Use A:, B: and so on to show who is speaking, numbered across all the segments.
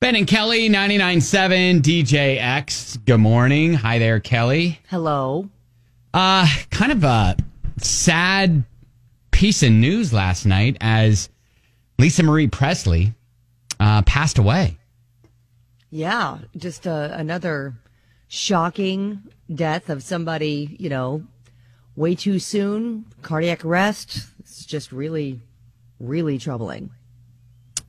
A: Ben and Kelly, 99.7 DJX. Good morning. Hi there, Kelly.
B: Hello.
A: Uh, kind of a sad piece of news last night as Lisa Marie Presley uh, passed away.
B: Yeah, just uh, another shocking death of somebody, you know, way too soon, cardiac arrest. It's just really, really troubling.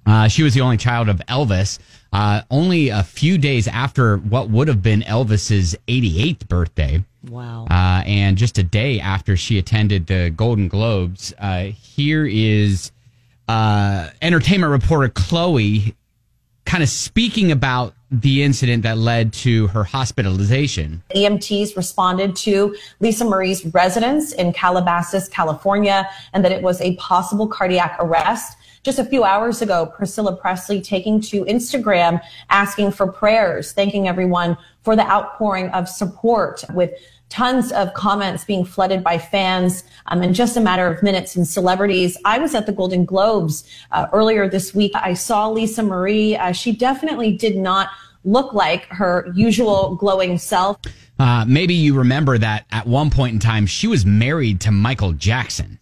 A: Uh, she was the only child of Elvis. Uh, only a few days after what would have been Elvis's 88th birthday,
B: Wow.
A: uh, and just a day after she attended the Golden Globes, uh, here is uh, entertainment reporter Chloe kind of speaking about the incident that led to her hospitalization.
C: EMTs responded to Lisa Marie's residence in Calabasas, California, and that it was a possible cardiac arrest. Just a few hours ago, Priscilla Presley taking to Instagram asking for prayers, thanking everyone for the outpouring of support with tons of comments being flooded by fans um, in just a matter of minutes and celebrities. I was at the Golden Globes uh, earlier this week. I saw Lisa Marie. Uh, she definitely did not look like her usual glowing self.
A: Uh, maybe you remember that at one point in time, she was married to Michael Jackson.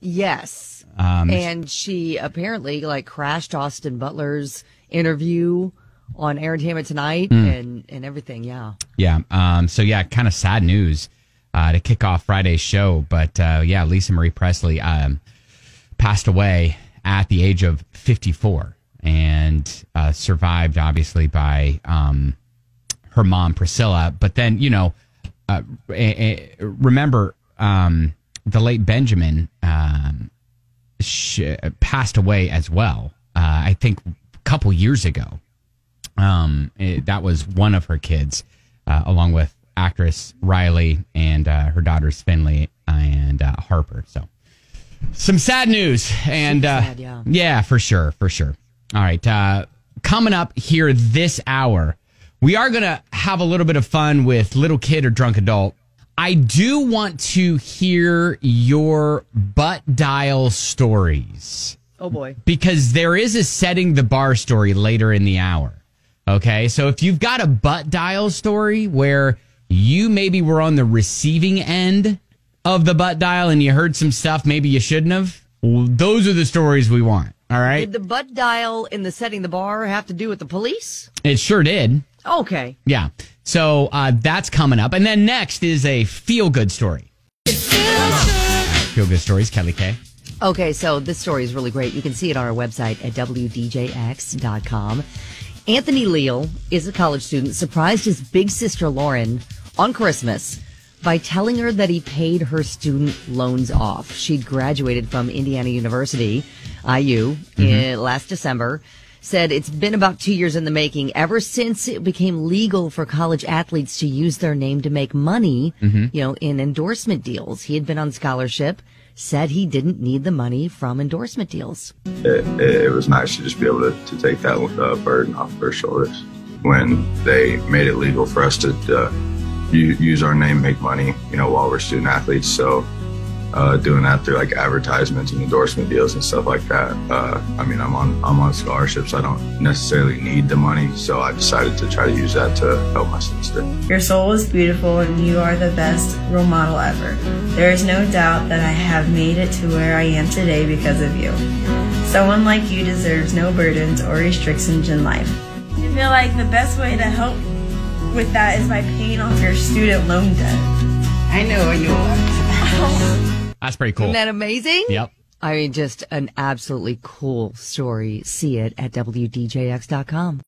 B: Yes. and she apparently like crashed Austin Butler's interview on Entertainment Tonight and, and everything. Yeah.
A: Yeah. Um, so yeah, kind of sad news uh, to kick off Friday's show. But uh, yeah, Lisa Marie Presley um, passed away at the age of 54 and uh, survived obviously by um, her mom Priscilla. But then you know, uh, eh, eh, remember um, the late Benjamin um, sh- passed away as well. Uh, I think a couple years ago. Um, eh, that was one of her kids, uh, along with actress Riley and uh, her daughters Finley and uh, Harper. So, some sad news, and
B: Super
A: uh,
B: sad, yeah.
A: for sure, for sure. All right, uh, coming up here this hour, we are gonna have a little bit of fun with little kid or drunk adult. I do want to hear your butt dial stories
B: Oh boy.
A: because there is a setting the bar story later in the hour. Okay. So if you've got a butt dial story where you maybe were on the receiving end of the butt dial and you heard some stuff maybe you shouldn't have, well, those are the stories we want. All right.
B: Did the butt dial in the setting the bar have to do with the police?
A: It sure did.
B: Okay.
A: Yeah. So uh, that's coming up. And then next is a feel good story. Feel good stories, Kelly K.
B: Okay, so this story is really great. You can see it on our website at WDJX.com. Anthony Leal is a college student, surprised his big sister Lauren on Christmas by telling her that he paid her student loans off. She'd graduated from Indiana University, IU, in, last December. Said it's been about two years in the making. Ever since it became legal for college athletes to use their name to make money,
A: Mm-hmm.
B: you know, in endorsement deals, he had been on scholarship said he didn't need the money from endorsement deals.
D: it, it, it was nice to just be able to, to take that uh, burden off their shoulders. When they made it legal for us to uh, u- use our name, make money, you know, while we're student athletes. So uh, doing that through like advertisements and endorsement deals and stuff like that. Uh, I mean, I'm on I'm on scholarships. I don't necessarily need the money, so I decided to try to use that to help my sister.
E: Your soul is beautiful and you are the best role model ever. There is no doubt that I have made it to where I am today because of you. Someone like you deserves no burdens or restrictions in life. I feel like the best way to help with that is by paying off your student loan debt.
B: I know you
A: That's pretty cool.
B: Isn't that amazing?
A: Yep.
B: I mean, just an absolutely cool story. See it at WDJX.com.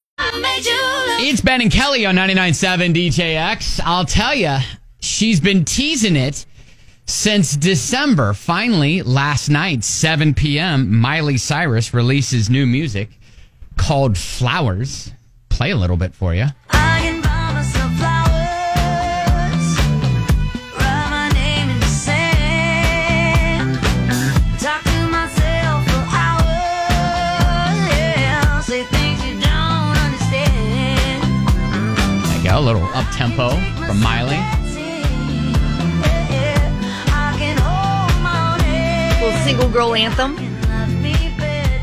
A: It's Ben and Kelly on 99.7 DJX. I'll tell you, she's been teasing it since December. Finally, last night, 7 p.m., Miley Cyrus releases new music called Flowers. Play a little bit for you.
F: I can buy myself flowers, write my name in the sand, talk to myself for hours, yeah, say things you don't understand.
A: There you go, a little up tempo from Miley.
B: Little single girl anthem.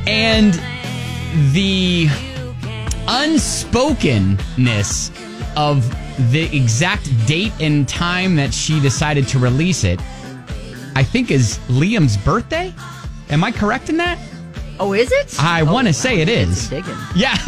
A: And the unspokenness of the exact date and time that she decided to release it, I think is Liam's birthday. Am I correct in that?
B: Oh, is it?
A: I
B: Oh,
A: want to say it
B: that's
A: is.
B: Digging.
A: Yeah,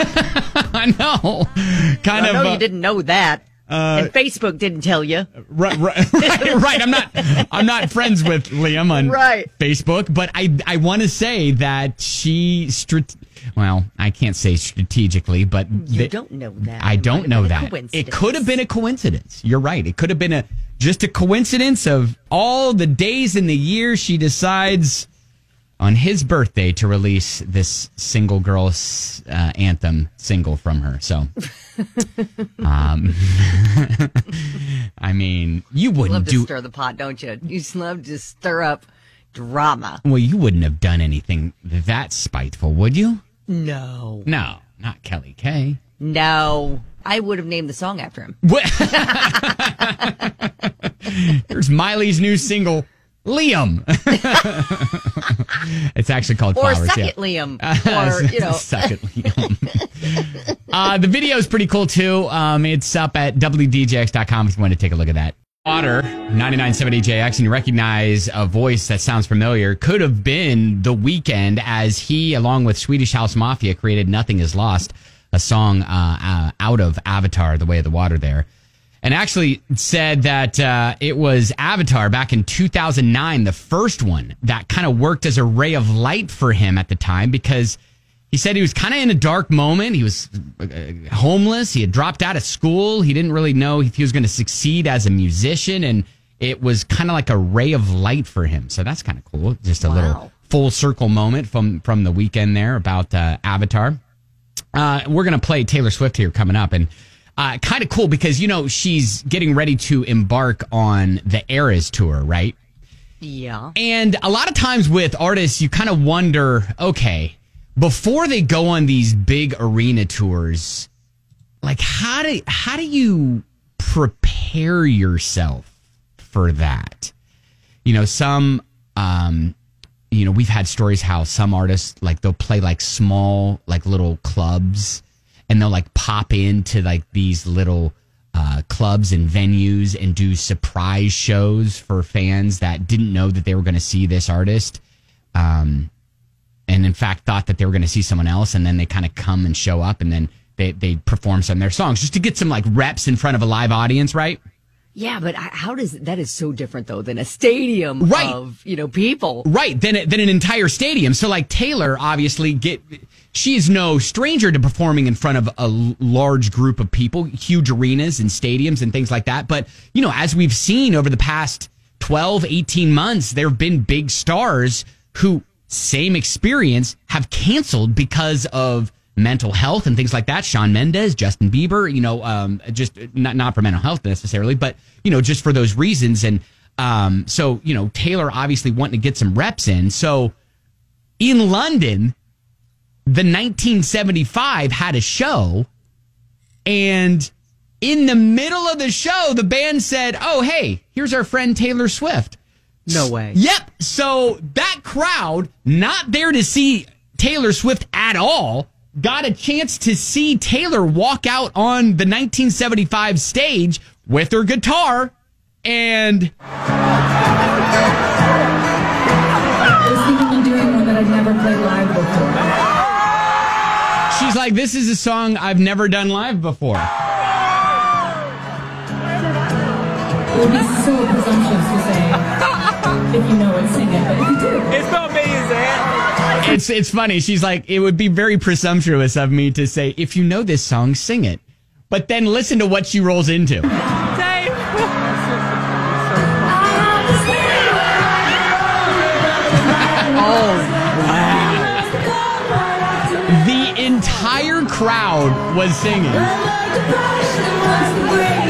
A: I know. Uh, Kind
B: I
A: of.
B: know
A: uh,
B: you didn't know that. and Facebook didn't tell you.
A: right, right, right, right. I'm not. I'm not friends with Liam on
B: Right.
A: Facebook, but I I want to say that she strat. Well, I can't say strategically, but
B: You
A: that-
B: don't know that.
A: I
B: It might
A: don't
B: have
A: know
B: been a
A: that. It
B: coincidence.
A: could have been a coincidence. You're right. It could have been a just a coincidence of all the days in the year she decides on his birthday to release this single girl s- uh, anthem single from her. So, um, I mean, you
B: Love
A: wouldn't
B: to
A: do
B: stir the pot, don't you? You just love to stir up drama.
A: well. You wouldn't have done anything that spiteful, would you?
B: No.
A: No, not Kelly K.
B: No. I would have named the song after him.
A: Here's Miley's new single, Liam. it's actually called
B: Or
A: Flowers.
B: Second
A: yeah.
B: Liam. Or, you know,
A: Suck it, Liam. uh, the video is pretty cool too. Um, it's up at wdjx.com if you want to take a look at that. Otter 9970JX, and you recognize a voice that sounds familiar, could have been The Weekend as he, along with Swedish House Mafia, created Nothing Is Lost, a song uh, uh, out of Avatar, The Way of the Water there. And actually said that uh, it was Avatar back in 2009, the first one, that kind of worked as a ray of light for him at the time because he said he was kind of in a dark moment. He was uh, homeless. He had dropped out of school. He didn't really know if he was going to succeed as a musician. And it was kind of like a ray of light for him. So that's kind of cool. Just a little full circle moment from, from the weekend there about uh, Avatar. Uh, we're going to play Taylor Swift here coming up. And uh, kind of cool because, you know, she's getting ready to embark on the Eras tour, right?
B: yeah.
A: And a lot of times with artists, you kind of wonder, okay, before they go on these big arena tours, like how do how do you prepare yourself for that? You know, some um you know, we've had stories how some artists like they'll play like small, like little clubs and they'll like pop into like these little uh, clubs and venues and do surprise shows for fans that didn't know that they were going to see this artist. Um, and in fact, thought that they were going to see someone else. And then they kind of come and show up and then they, they perform some of their songs just to get some like reps in front of a live audience, right?
B: Yeah, but I- how does that is so different though than a stadium
A: Right.
B: of, you know, people.
A: Right, then then an entire stadium. So like Taylor obviously get she's no stranger to performing in front of a l- large group of people, huge arenas and stadiums and things like that. But, you know, as we've seen over the past 12, 18 months, there've been big stars who same experience have canceled because of mental health and things like that. Sean Mendez, Justin Bieber, you know, um, just not not for mental health necessarily, but you know, just for those reasons. And um, so you know, Taylor obviously wanting to get some reps in. So in London, the 1975 had a show, and in the middle of the show, the band said, "Oh, hey, here's our friend Taylor Swift."
B: No way.
A: Yep. So that crowd, not there to see Taylor Swift at all, got a chance to see Taylor walk out on the 1975 stage with her guitar and
G: I was thinking of doing one that I've never played live before.
A: she's like this is a song I've never done live before.
G: It would be so presumptuous to say if you know it, sing it. But if you do,
H: It's not me, is it?
A: It's it's funny. She's like it would be very presumptuous of me to say if you know this song sing it. But then listen to what she rolls into. Oh, The entire crowd was singing.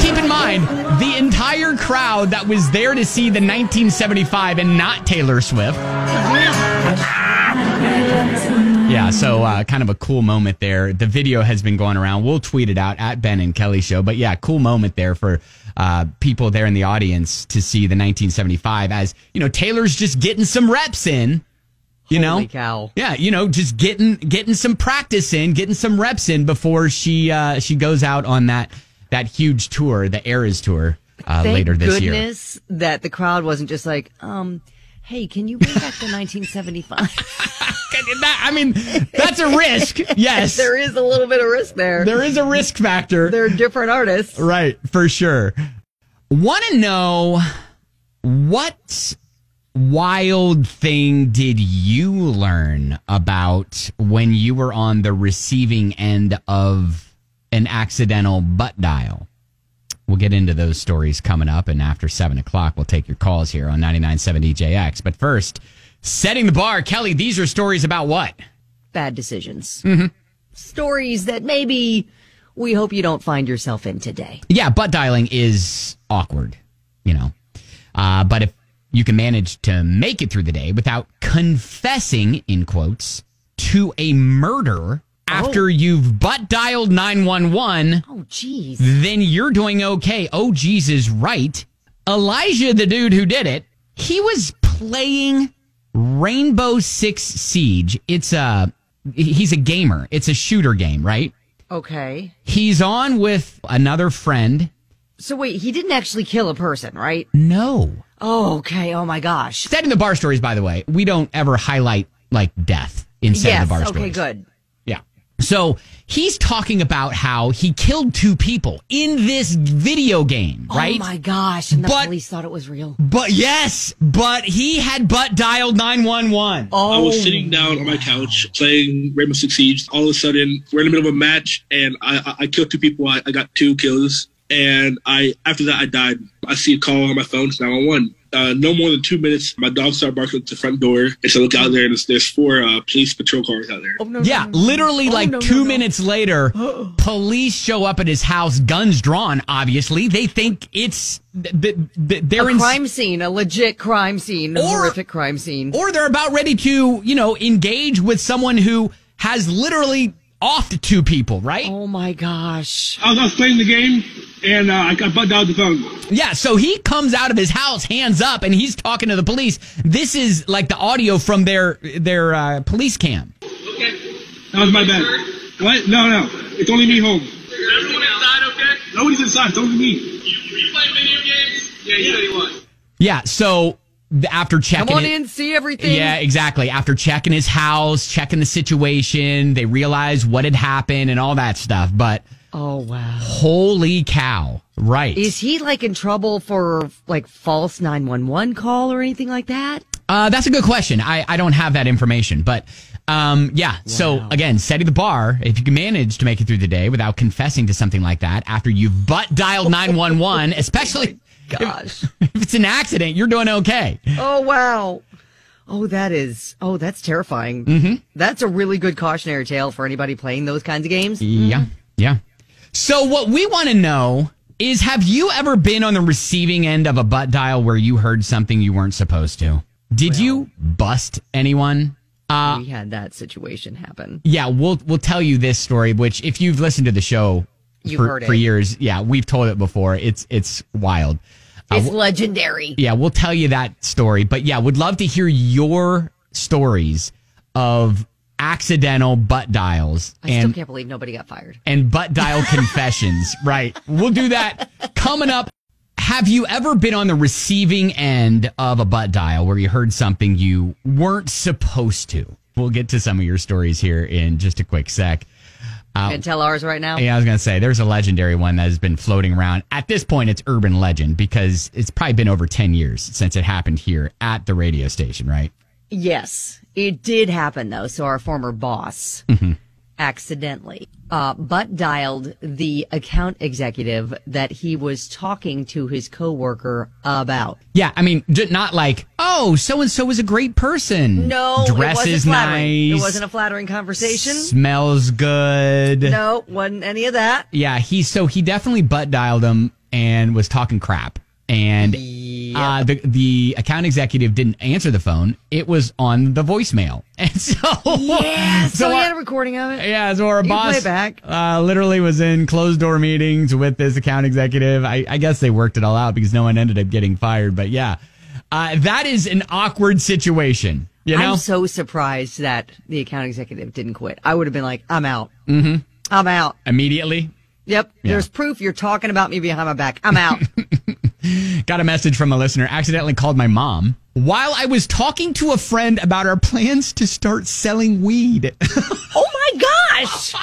A: Keep in mind, the entire crowd that was there to see the 1975 and not Taylor Swift. Yeah, so uh, kind of a cool moment there. The video has been going around. We'll tweet it out at Ben and Kelly Show. But yeah, cool moment there for uh, people there in the audience to see the 1975 as, you know, Taylor's just getting some reps in You know,
B: Holy cow.
A: yeah, you know, just getting getting some practice in, getting some reps in before she uh, she goes out on that that huge tour, the Eras tour uh,
B: Thank
A: later this year.
B: goodness that the crowd wasn't just like, um, hey, can you bring back the 1975?
A: That- I mean, that's a risk. Yes,
B: there is a little bit of risk there.
A: there is a risk factor.
B: They're different artists.
A: Right, for sure. Want to know what wild thing did you learn about when you were on the receiving end of an accidental butt dial? We'll get into those stories coming up, and after seven o'clock, we'll take your calls here on 99.7 DJX. But first, setting the bar, Kelly, these are stories about what?
B: Bad decisions.
A: Mm-hmm.
B: Stories that maybe we hope you don't find yourself in today.
A: Yeah, butt dialing is awkward, you know. Uh, but if you can manage to make it through the day without confessing, in quotes, to a murder after you've butt dialed 911,
B: Oh, geez.
A: then you're doing okay. Oh, Jesus, right. Elijah, the dude who did it, he was playing Rainbow Six Siege. It's a, he's a gamer. It's a shooter game, right?
B: Okay.
A: He's on with another friend.
B: So wait, he didn't actually kill a person, right?
A: No.
B: Oh, okay. Oh my gosh.
A: Setting the bar stories, by the way, we don't ever highlight like death in setting
B: yes.
A: the bar
B: okay.
A: stories.
B: Good.
A: Yeah. So he's talking about how he killed two people in this video game, right?
B: Oh my gosh. And the
A: But-
B: police thought it was real.
A: But yes, but he had butt dialed 911.
B: Oh.
H: I was sitting down on Oh my couch playing Rainbow Six Siege. All of a sudden, we're in the middle of a match, and I, I- I killed two people. I, I got two kills, and I after that I died. I see a call on my phone. It's 911. Uh, no more than two minutes, my dog started barking at the front door. And so I look out there, and there's, there's four uh, police patrol cars out there.
A: yeah,
B: Oh,
A: literally like two minutes later, police show up at his house, guns drawn, obviously. They think it's, th- th- th- they're
B: A
A: in
B: crime scene, a legit crime scene, a
A: Or-
B: horrific crime scene.
A: or they're about ready to, you know, engage with someone who has literally offed two people, right?
B: oh my gosh.
H: I was, I was playing the game, and uh, I got bugged out the phone.
A: Yeah, so he comes out of his house, hands up, and he's talking to the police. This is like the audio from their their uh, police cam.
H: That was my bad. What? No, no. It's only me home. Everyone inside, okay? Nobody's inside. It's only me. You, you play video games? Yeah, you said he was.
A: Yeah, so th- after checking
B: Come on
A: it-
B: in, see everything.
A: Yeah, exactly. After checking his house, checking the situation, they realize what had happened and all that stuff. But
B: Oh wow.
A: holy cow! Right?
B: Is he like in trouble for like false 911 call or anything like that?
A: Uh, that's a good question. I, I don't have that information, but um, yeah. So again, setting the bar. If you can manage to make it through the day without confessing to something like that after you've butt dialed nine one one, especially
B: Gosh.
A: if it's an accident, you're doing okay.
B: Oh wow. Oh, that is. Oh, that's terrifying. Mm-hmm. That's a really good cautionary tale for anybody playing those kinds of games.
A: Yeah, yeah. So what we want to know is, have you ever been on the receiving end of a butt dial where you heard something you weren't supposed to? Did you bust anyone?
B: we had that situation happen.
A: Yeah, we'll we'll tell you this story, which if you've listened to the show
B: You've
A: for,
B: heard
A: for
B: it.
A: years, yeah, we've told it before. It's it's wild.
B: It's legendary.
A: Yeah, we'll tell you that story. But yeah, would love to hear your stories of accidental butt dials
B: I still
A: and
B: can't believe nobody got fired.
A: and butt dial confessions. Right. We'll do that coming up. Have you ever been on the receiving end of a butt dial where you heard something you weren't supposed to? We'll get to some of your stories here in just a quick sec.
B: and tell ours right now.
A: Yeah, I was going to say there's a legendary one that has been floating around. At this point, it's urban legend because it's probably been over 10 years since it happened here at the radio station, right?
B: Yes, it did happen though. So our former boss
A: Mm-hmm.
B: accidentally uh, butt dialed the account executive that he was talking to his coworker about.
A: Yeah, I mean, j- not like, oh, so and so was a great person.
B: No, it wasn't
A: dresses
B: flattering.
A: nice.
B: It wasn't a flattering conversation.
A: Smells good.
B: No, wasn't any of that.
A: Yeah, he so he definitely butt dialed him and was talking crap. And uh, the the account executive didn't answer the phone. It was on the voicemail, and so
B: Yeah, so, he
A: our-
B: had a recording of it.
A: yeah, so our
B: You
A: boss
B: play back.
A: Uh, literally was in closed door meetings with this account executive. I, I guess they worked it all out because no one ended up getting fired. But yeah, uh, that is an awkward situation. You know?
B: I'm so surprised that the account executive didn't quit. I would have been like, I'm out. Mm-hmm. I'm out.
A: Immediately,
B: Yep. There's proof you're talking about me behind my back. I'm out.
A: Got a message from a listener. Accidentally called my mom while I was talking to a friend about our plans to start selling weed.
B: oh my gosh.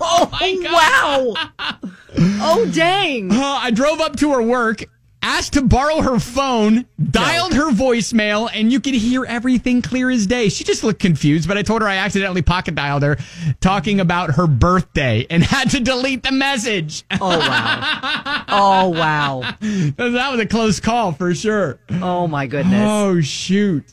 A: Oh my god!
B: Wow. Oh dang.
A: Uh, I drove up to her work, asked to borrow her phone, dialed her voicemail, and you could hear everything clear as day. She just looked confused, but I told her I accidentally pocket dialed her, talking about her birthday, and had to delete the message.
B: Oh wow. Oh wow.
A: that was a close call for sure.
B: Oh my goodness.
A: Oh shoot.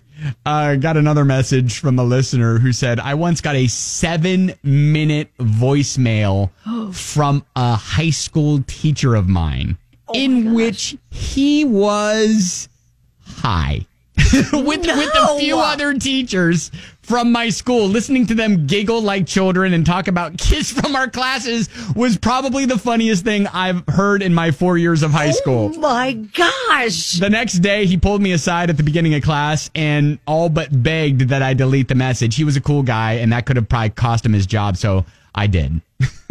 A: I got another message from a listener who said, I once got a seven minute voicemail from a high school teacher of mine
B: Oh
A: in which he was high with, with a few
B: No.
A: other teachers from my school. Listening to them giggle like children and talk about kids from our classes was probably the funniest thing I've heard in my four years of high school.
B: Oh my gosh.
A: The next day, he pulled me aside at the beginning of class and all but begged that I delete the message. He was a cool guy, and that could have probably cost him his job, so I did.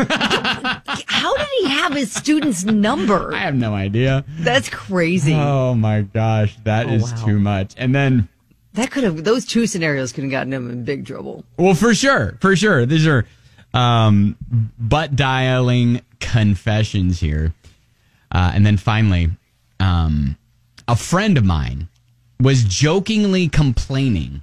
B: How did he have his student's number?
A: I have no idea.
B: That's crazy.
A: Oh my gosh, that is
B: wow.
A: too much. And then,
B: That could have those two scenarios could have gotten him in big trouble.
A: well, for sure, for sure, these are um, butt dialing confessions here. Uh, and then finally, um, a friend of mine was jokingly complaining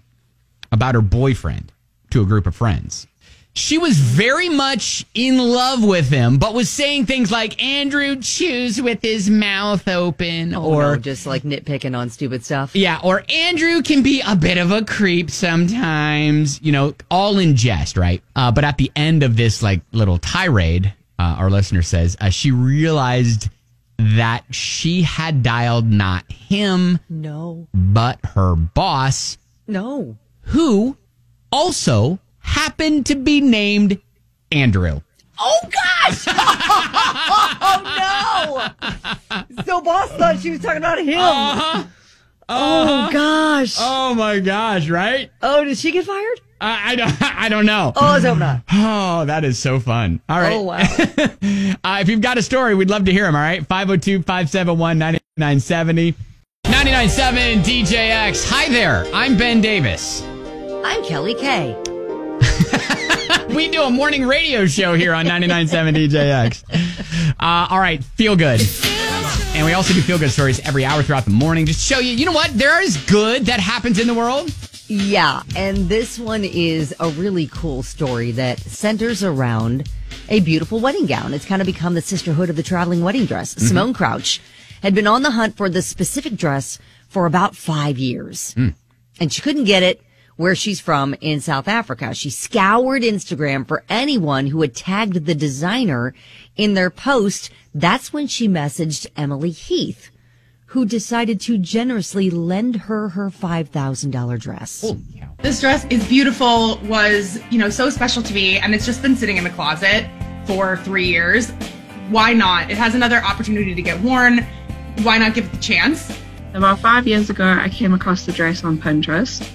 A: about her boyfriend to a group of friends. She was very much in love with him, but was saying things like Andrew chews with his mouth open
B: Oh,
A: or
B: no, just like nitpicking on stupid stuff.
A: yeah, or Andrew can be a bit of a creep sometimes, you know, all in jest, right? Uh, but at the end of this like little tirade, uh, our listener says uh, she realized that she had dialed not him,
B: No.
A: but her boss,
B: No.
A: who also happened to be named Andrew.
B: Oh gosh! Oh no! So boss thought she was talking about him. Uh-huh. Oh gosh!
A: Oh my gosh, right?
B: Oh, did she get fired?
A: I, I don't, I don't know.
B: Oh, let's hope not.
A: Oh, that is so fun. All right.
B: Oh wow!
A: Uh, if you've got a story, we'd love to hear them, all right? 502 571 9970. 997 DJX. Hi there. I'm Ben Davis.
B: I'm Kelly Kay.
A: We do a morning radio show here on 997 DJX. Uh, all right. Feel good. And we also do feel good stories every hour throughout the morning. Just show you, you know what? There is good that happens in the world.
B: Yeah, and this one is a really cool story that centers around a beautiful wedding gown. It's kind of become the sisterhood of the traveling wedding dress. Simone Crouch had been on the hunt for this specific dress for about five years, and she couldn't get it where she's from in South Africa. She scoured Instagram for anyone who had tagged the designer in their post. That's when she messaged Emily Heath. Who decided to generously lend her her $5,000 dress?
I: This dress is beautiful, was, you know, so special to me, and it's just been sitting in the closet for three years. Why not? It has another opportunity to get worn. Why not give it the chance?
G: About five years ago, I came across the dress on Pinterest.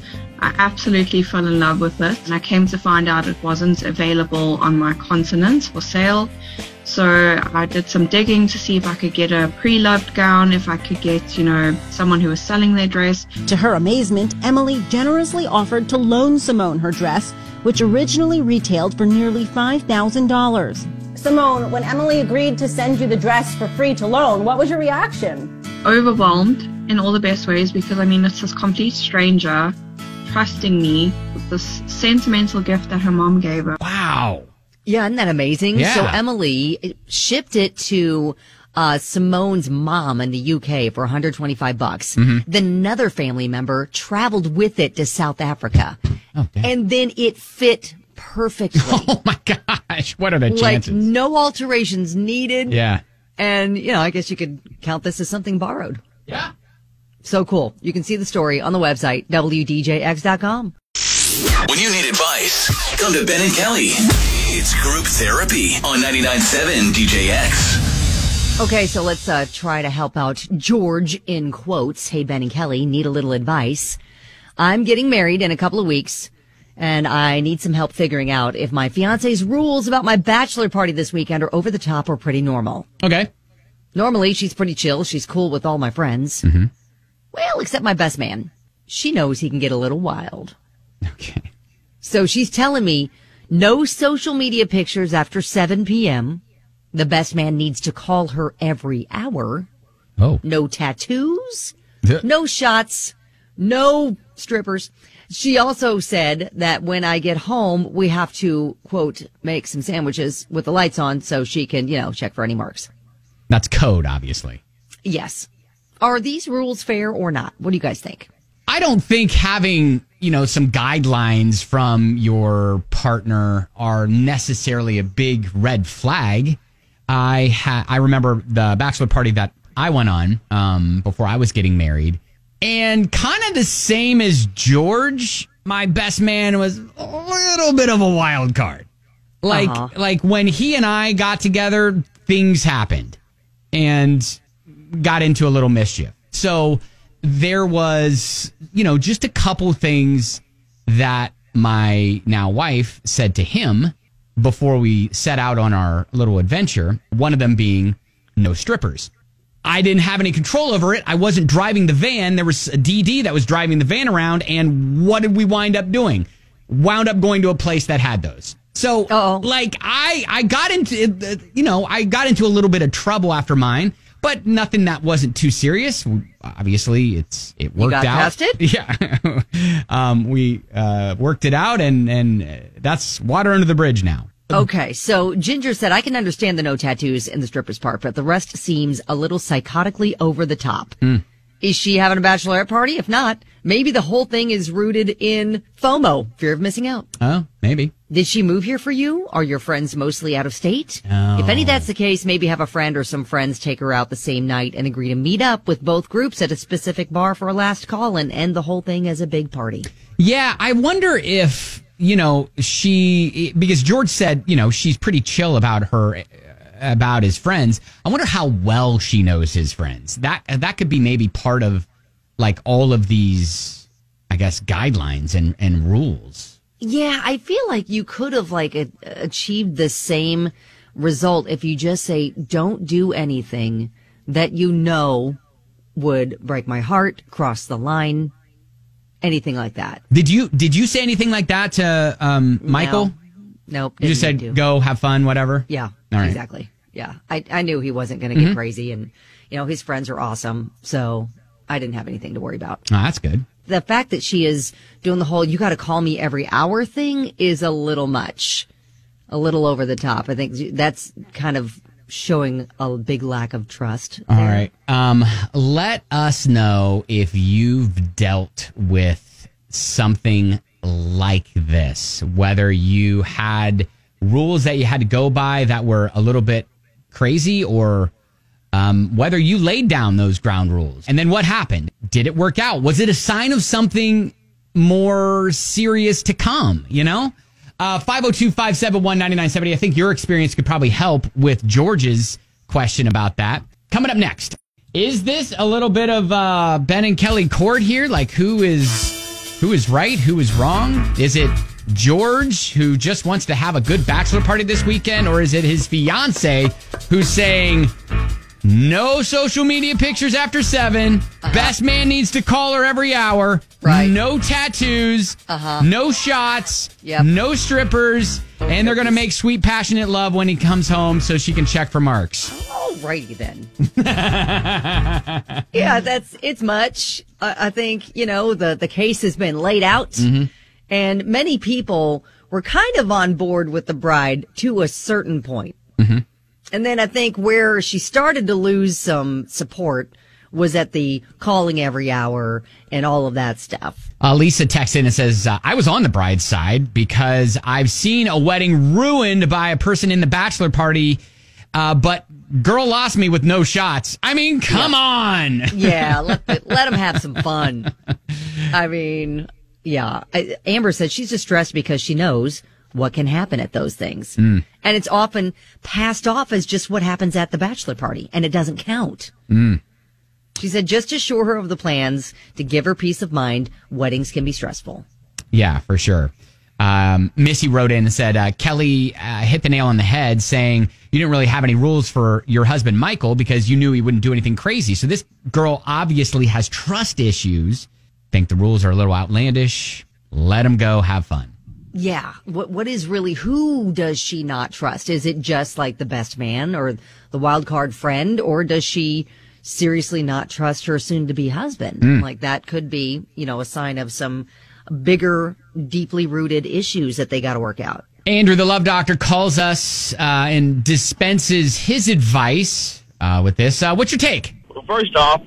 G: I absolutely fell in love with it, and I came to find out it wasn't available on my continent for sale. So I did some digging to see if I could get a pre-loved gown, if I could get, you know, someone who was selling their dress.
J: To her amazement, Emily generously offered to loan Simone her dress, which originally retailed for nearly $5,000. Simone, when Emily agreed to send you the dress for free to loan, what was your reaction?
G: Overwhelmed in all the best ways because I mean it's this complete stranger trusting me with this sentimental gift that her mom gave her.
A: Wow.
B: Yeah, isn't that amazing?
A: Yeah.
B: So Emily shipped it to uh, Simone's mom in the UK for 125 bucks.
A: Mm-hmm.
B: Then another family member traveled with it to South Africa, and then it fit perfectly.
A: Oh my gosh. What are the
B: like
A: chances?
B: no alterations needed.
A: yeah.
B: And you know, I guess you could count this as something borrowed.
A: Yeah.
B: So cool. You can see the story on the website wdjx.com.
K: When you need advice, come to Ben and Kelly. It's group therapy on 99.7 DJX.
B: Okay, so let's uh, try to help out George in quotes. Hey, Ben and Kelly, need a little advice. I'm getting married in a couple of weeks and I need some help figuring out if my fiance's rules about my bachelor party this weekend are over the top or pretty normal.
A: Okay.
B: Normally, she's pretty chill. She's cool with all my friends.
A: Mhm.
B: Well, except my best man. She knows he can get a little wild. Okay. So she's telling me no social media pictures after 7 p.m. The best man needs to call her every hour.
A: Oh.
B: No tattoos,
A: Yeah.
B: no shots, no strippers. She also said that when I get home, we have to, quote, make some sandwiches with the lights on so she can, you know, check for any marks.
A: That's code, obviously.
B: Yes. Are these rules fair or not? What do you guys think?
A: I don't think having, you know, some guidelines from your partner are necessarily a big red flag. I ha- I remember the bachelor party that I went on um, before I was getting married, and kind of the same as George, my best man was a little bit of a wild card. Like
B: Uh-huh.
A: like when he and I got together, things happened. And got into a little mischief. So there was, you know, just a couple things that my now wife said to him before we set out on our little adventure. One of them being no strippers. I didn't have any control over it. I wasn't driving the van. There was a DD that was driving the van around. And what did we wind up doing? Wound up going to a place that had those. So, like, I, I got into, uh, you know, I got into a little bit of trouble after mine, but nothing that wasn't too serious. Obviously, it's, it worked
B: got
A: out.
B: past it?
A: Yeah. um, we, uh, worked it out and, and uh, that's water under the bridge now.
B: Okay, so Ginger said, I can understand the no tattoos and the strippers part, but the rest seems a little psychotically over the top. Is she having a bachelorette party? If not, maybe the whole thing is rooted in FOMO, fear of missing out.
A: Oh, maybe.
B: Did she move here for you? Are your friends mostly out of state?
A: No.
B: If any that's the case, maybe have a friend or some friends take her out the same night and agree to meet up with both groups at a specific bar for a last call and end the whole thing as a big party.
A: Yeah, I wonder if you know she because George said you know she's pretty chill about her uh, about his friends. I wonder how well she knows his friends. That that could be maybe part of like all of these, I guess, guidelines and and rules.
B: Yeah, I feel like you could have like a- achieved the same result if you just say don't do anything that you know would break my heart, cross the line, anything like that.
A: Did you did you say anything like that to um, Michael?
B: No. Nope.
A: You just
B: didn't
A: said
B: need to.
A: go have fun, whatever.
B: Yeah,
A: All right. Mm-hmm.
B: exactly. Yeah, I, I knew he wasn't going to get crazy, and you know his friends are awesome, so I didn't have anything to worry about.
A: Oh, that's good.
B: The fact that she is doing the whole "you got to call me every hour" thing is a little much, a little over the top. I think that's kind of showing a big lack of trust.
A: All right. Um, let us know if you've dealt with something like this, whether you had rules that you had to go by that were a little bit crazy or um, whether you laid down those ground rules. And then what happened? Did it work out? Was it a sign of something more serious to come? You know? Uh, 502-571-9970. oh. I think your experience could probably help with George's question about that. Coming up next. Is this a little bit of uh, Ben and Kelly court here? Like who is who is right, who is wrong? Is it George who just wants to have a good bachelor party this weekend, or is it his fiance who's saying no social media pictures after 7 Best man needs to call her every hour.
B: Uh-huh. Right.
A: No tattoos.
B: Uh-huh.
A: No shots.
B: Yep.
A: No strippers. and they're going to make sweet, passionate love when he comes home so she can check for marks.
B: Alrighty then. yeah, that's it's much. I, I think you know the the case has been laid out, and many people were kind of on board with the bride to a certain point. And then I think where she started to lose some support was at the calling every hour and all of that stuff.
A: Uh, Lisa texts in and says, uh, I was on the bride's side because I've seen a wedding ruined by a person in the bachelor party, uh, but girl lost me with no shots. I mean, come on.
B: Yeah, let the, let them have some fun. I mean, yeah. I, Amber said she's just stressed because she knows what can happen at those things, and it's often passed off as just what happens at the bachelor party, and it doesn't count. She said, just assure her of the plans to give her peace of mind. Weddings can be stressful.
A: Yeah, for sure. Um, Missy wrote in and said, uh, Kelly uh, hit the nail on the head saying you didn't really have any rules for your husband, Michael, because you knew he wouldn't do anything crazy. So this girl obviously has trust issues. Think the rules are a little outlandish. Let him go. Have fun.
B: Yeah. What what is really who does she not trust? Is it just like the best man or the wild card friend, or does she seriously not trust her soon to be husband? Like that could be, you know, a sign of some bigger, deeply rooted issues that they got to work out.
A: Andrew, the love doctor, calls us uh, and dispenses his advice uh, with this. Uh, what's your take?
L: Well, first off,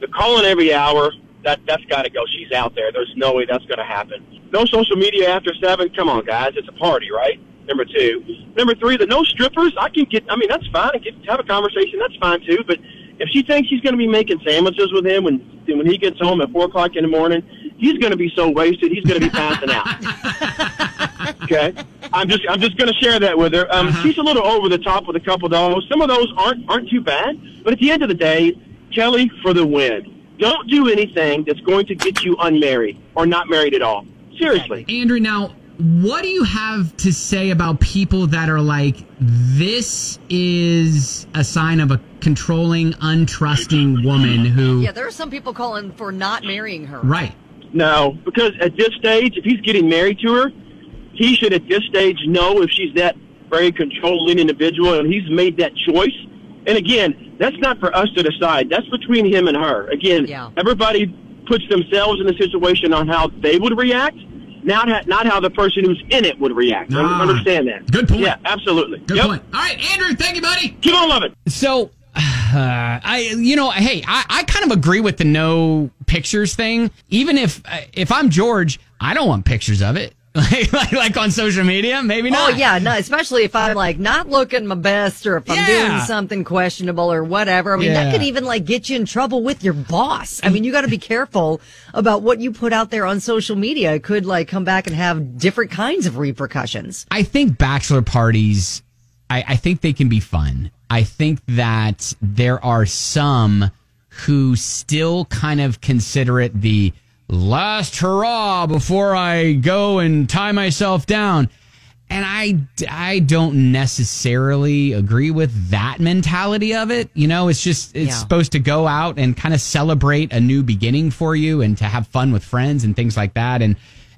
L: the calling every hour, that, that's got to go. She's out there. There's no way that's going to happen. No social media after 7. Come on, guys. It's a party, right? Number two. Number three, the no strippers. I can get, I mean, that's fine. I can have a conversation. That's fine, too. But if she thinks she's going to be making sandwiches with him when, when he gets home at 4 o'clock in the morning, he's going to be so wasted, he's going to be passing out. Okay, I'm just I'm just going to share that with her. Um, She's a little over the top with a couple of those. Some of those aren't aren't too bad, but at the end of the day, Kelly for the win. Don't do anything that's going to get you unmarried or not married at all. Seriously.
A: Andrew, now, what do you have to say about people that are like, this is a sign of a controlling, untrusting woman who.
B: Yeah, there are some people calling for not marrying her.
A: Right.
L: No, because at this stage, if he's getting married to her, he should at this stage know if she's that very controlling individual and he's made that choice. And again, that's not for us to decide. That's between him and her. Again,
B: Yeah.
L: everybody puts themselves in the situation on how they would react, not ha- not how the person who's in it would react.
A: Ah.
L: I understand that.
A: Good point.
L: Yeah, absolutely.
A: Good
L: Yep.
A: point. All right, Andrew, thank you, buddy.
L: Keep on loving.
A: So, uh, I you know, hey, I, I kind of agree with the no pictures thing. Even if uh, if I'm George, I don't want pictures of it, like like, like on social media. Maybe
B: Oh
A: not.
B: yeah, no, especially if I'm like not looking my best or if I'm
A: Yeah.
B: doing something questionable or whatever. I mean,
A: Yeah.
B: that could even like get you in trouble with your boss. I mean, you got to be careful about what you put out there on social media. It could like come back and have different kinds of repercussions.
A: I think bachelor parties, I, I think they can be fun. I think that there are some who still kind of consider it the last hurrah before I go and tie myself down. And I, I don't necessarily agree with that mentality of it. You know, it's just, it's
B: Yeah.
A: supposed to go out and kind of celebrate a new beginning for you and to have fun with friends and things like that. And,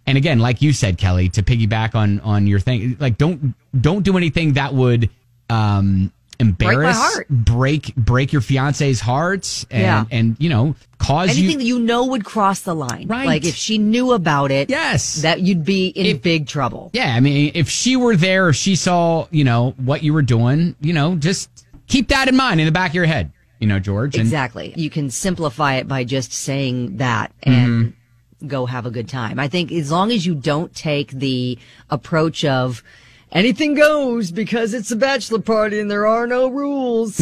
A: and again, like you said, Kelly, to piggyback on, on your thing, like don't, don't do anything that would, um, embarrass,
B: heart.
A: break, break your fiance's heart and,
B: Yeah.
A: and, you know, cause
B: Anything
A: you,
B: that you know would cross the line.
A: Right.
B: Like if she knew about it,
A: yes,
B: that you'd be in
A: If-
B: big trouble.
A: Yeah, I mean, if she were there, if she saw, you know, what you were doing, you know, just keep that in mind in the back of your head, you know, George. And
B: Exactly. You can simplify it by just saying that and
A: Mm-hmm.
B: go have a good time. I think as long as you don't take the approach of anything goes because it's a bachelor party and there are no rules.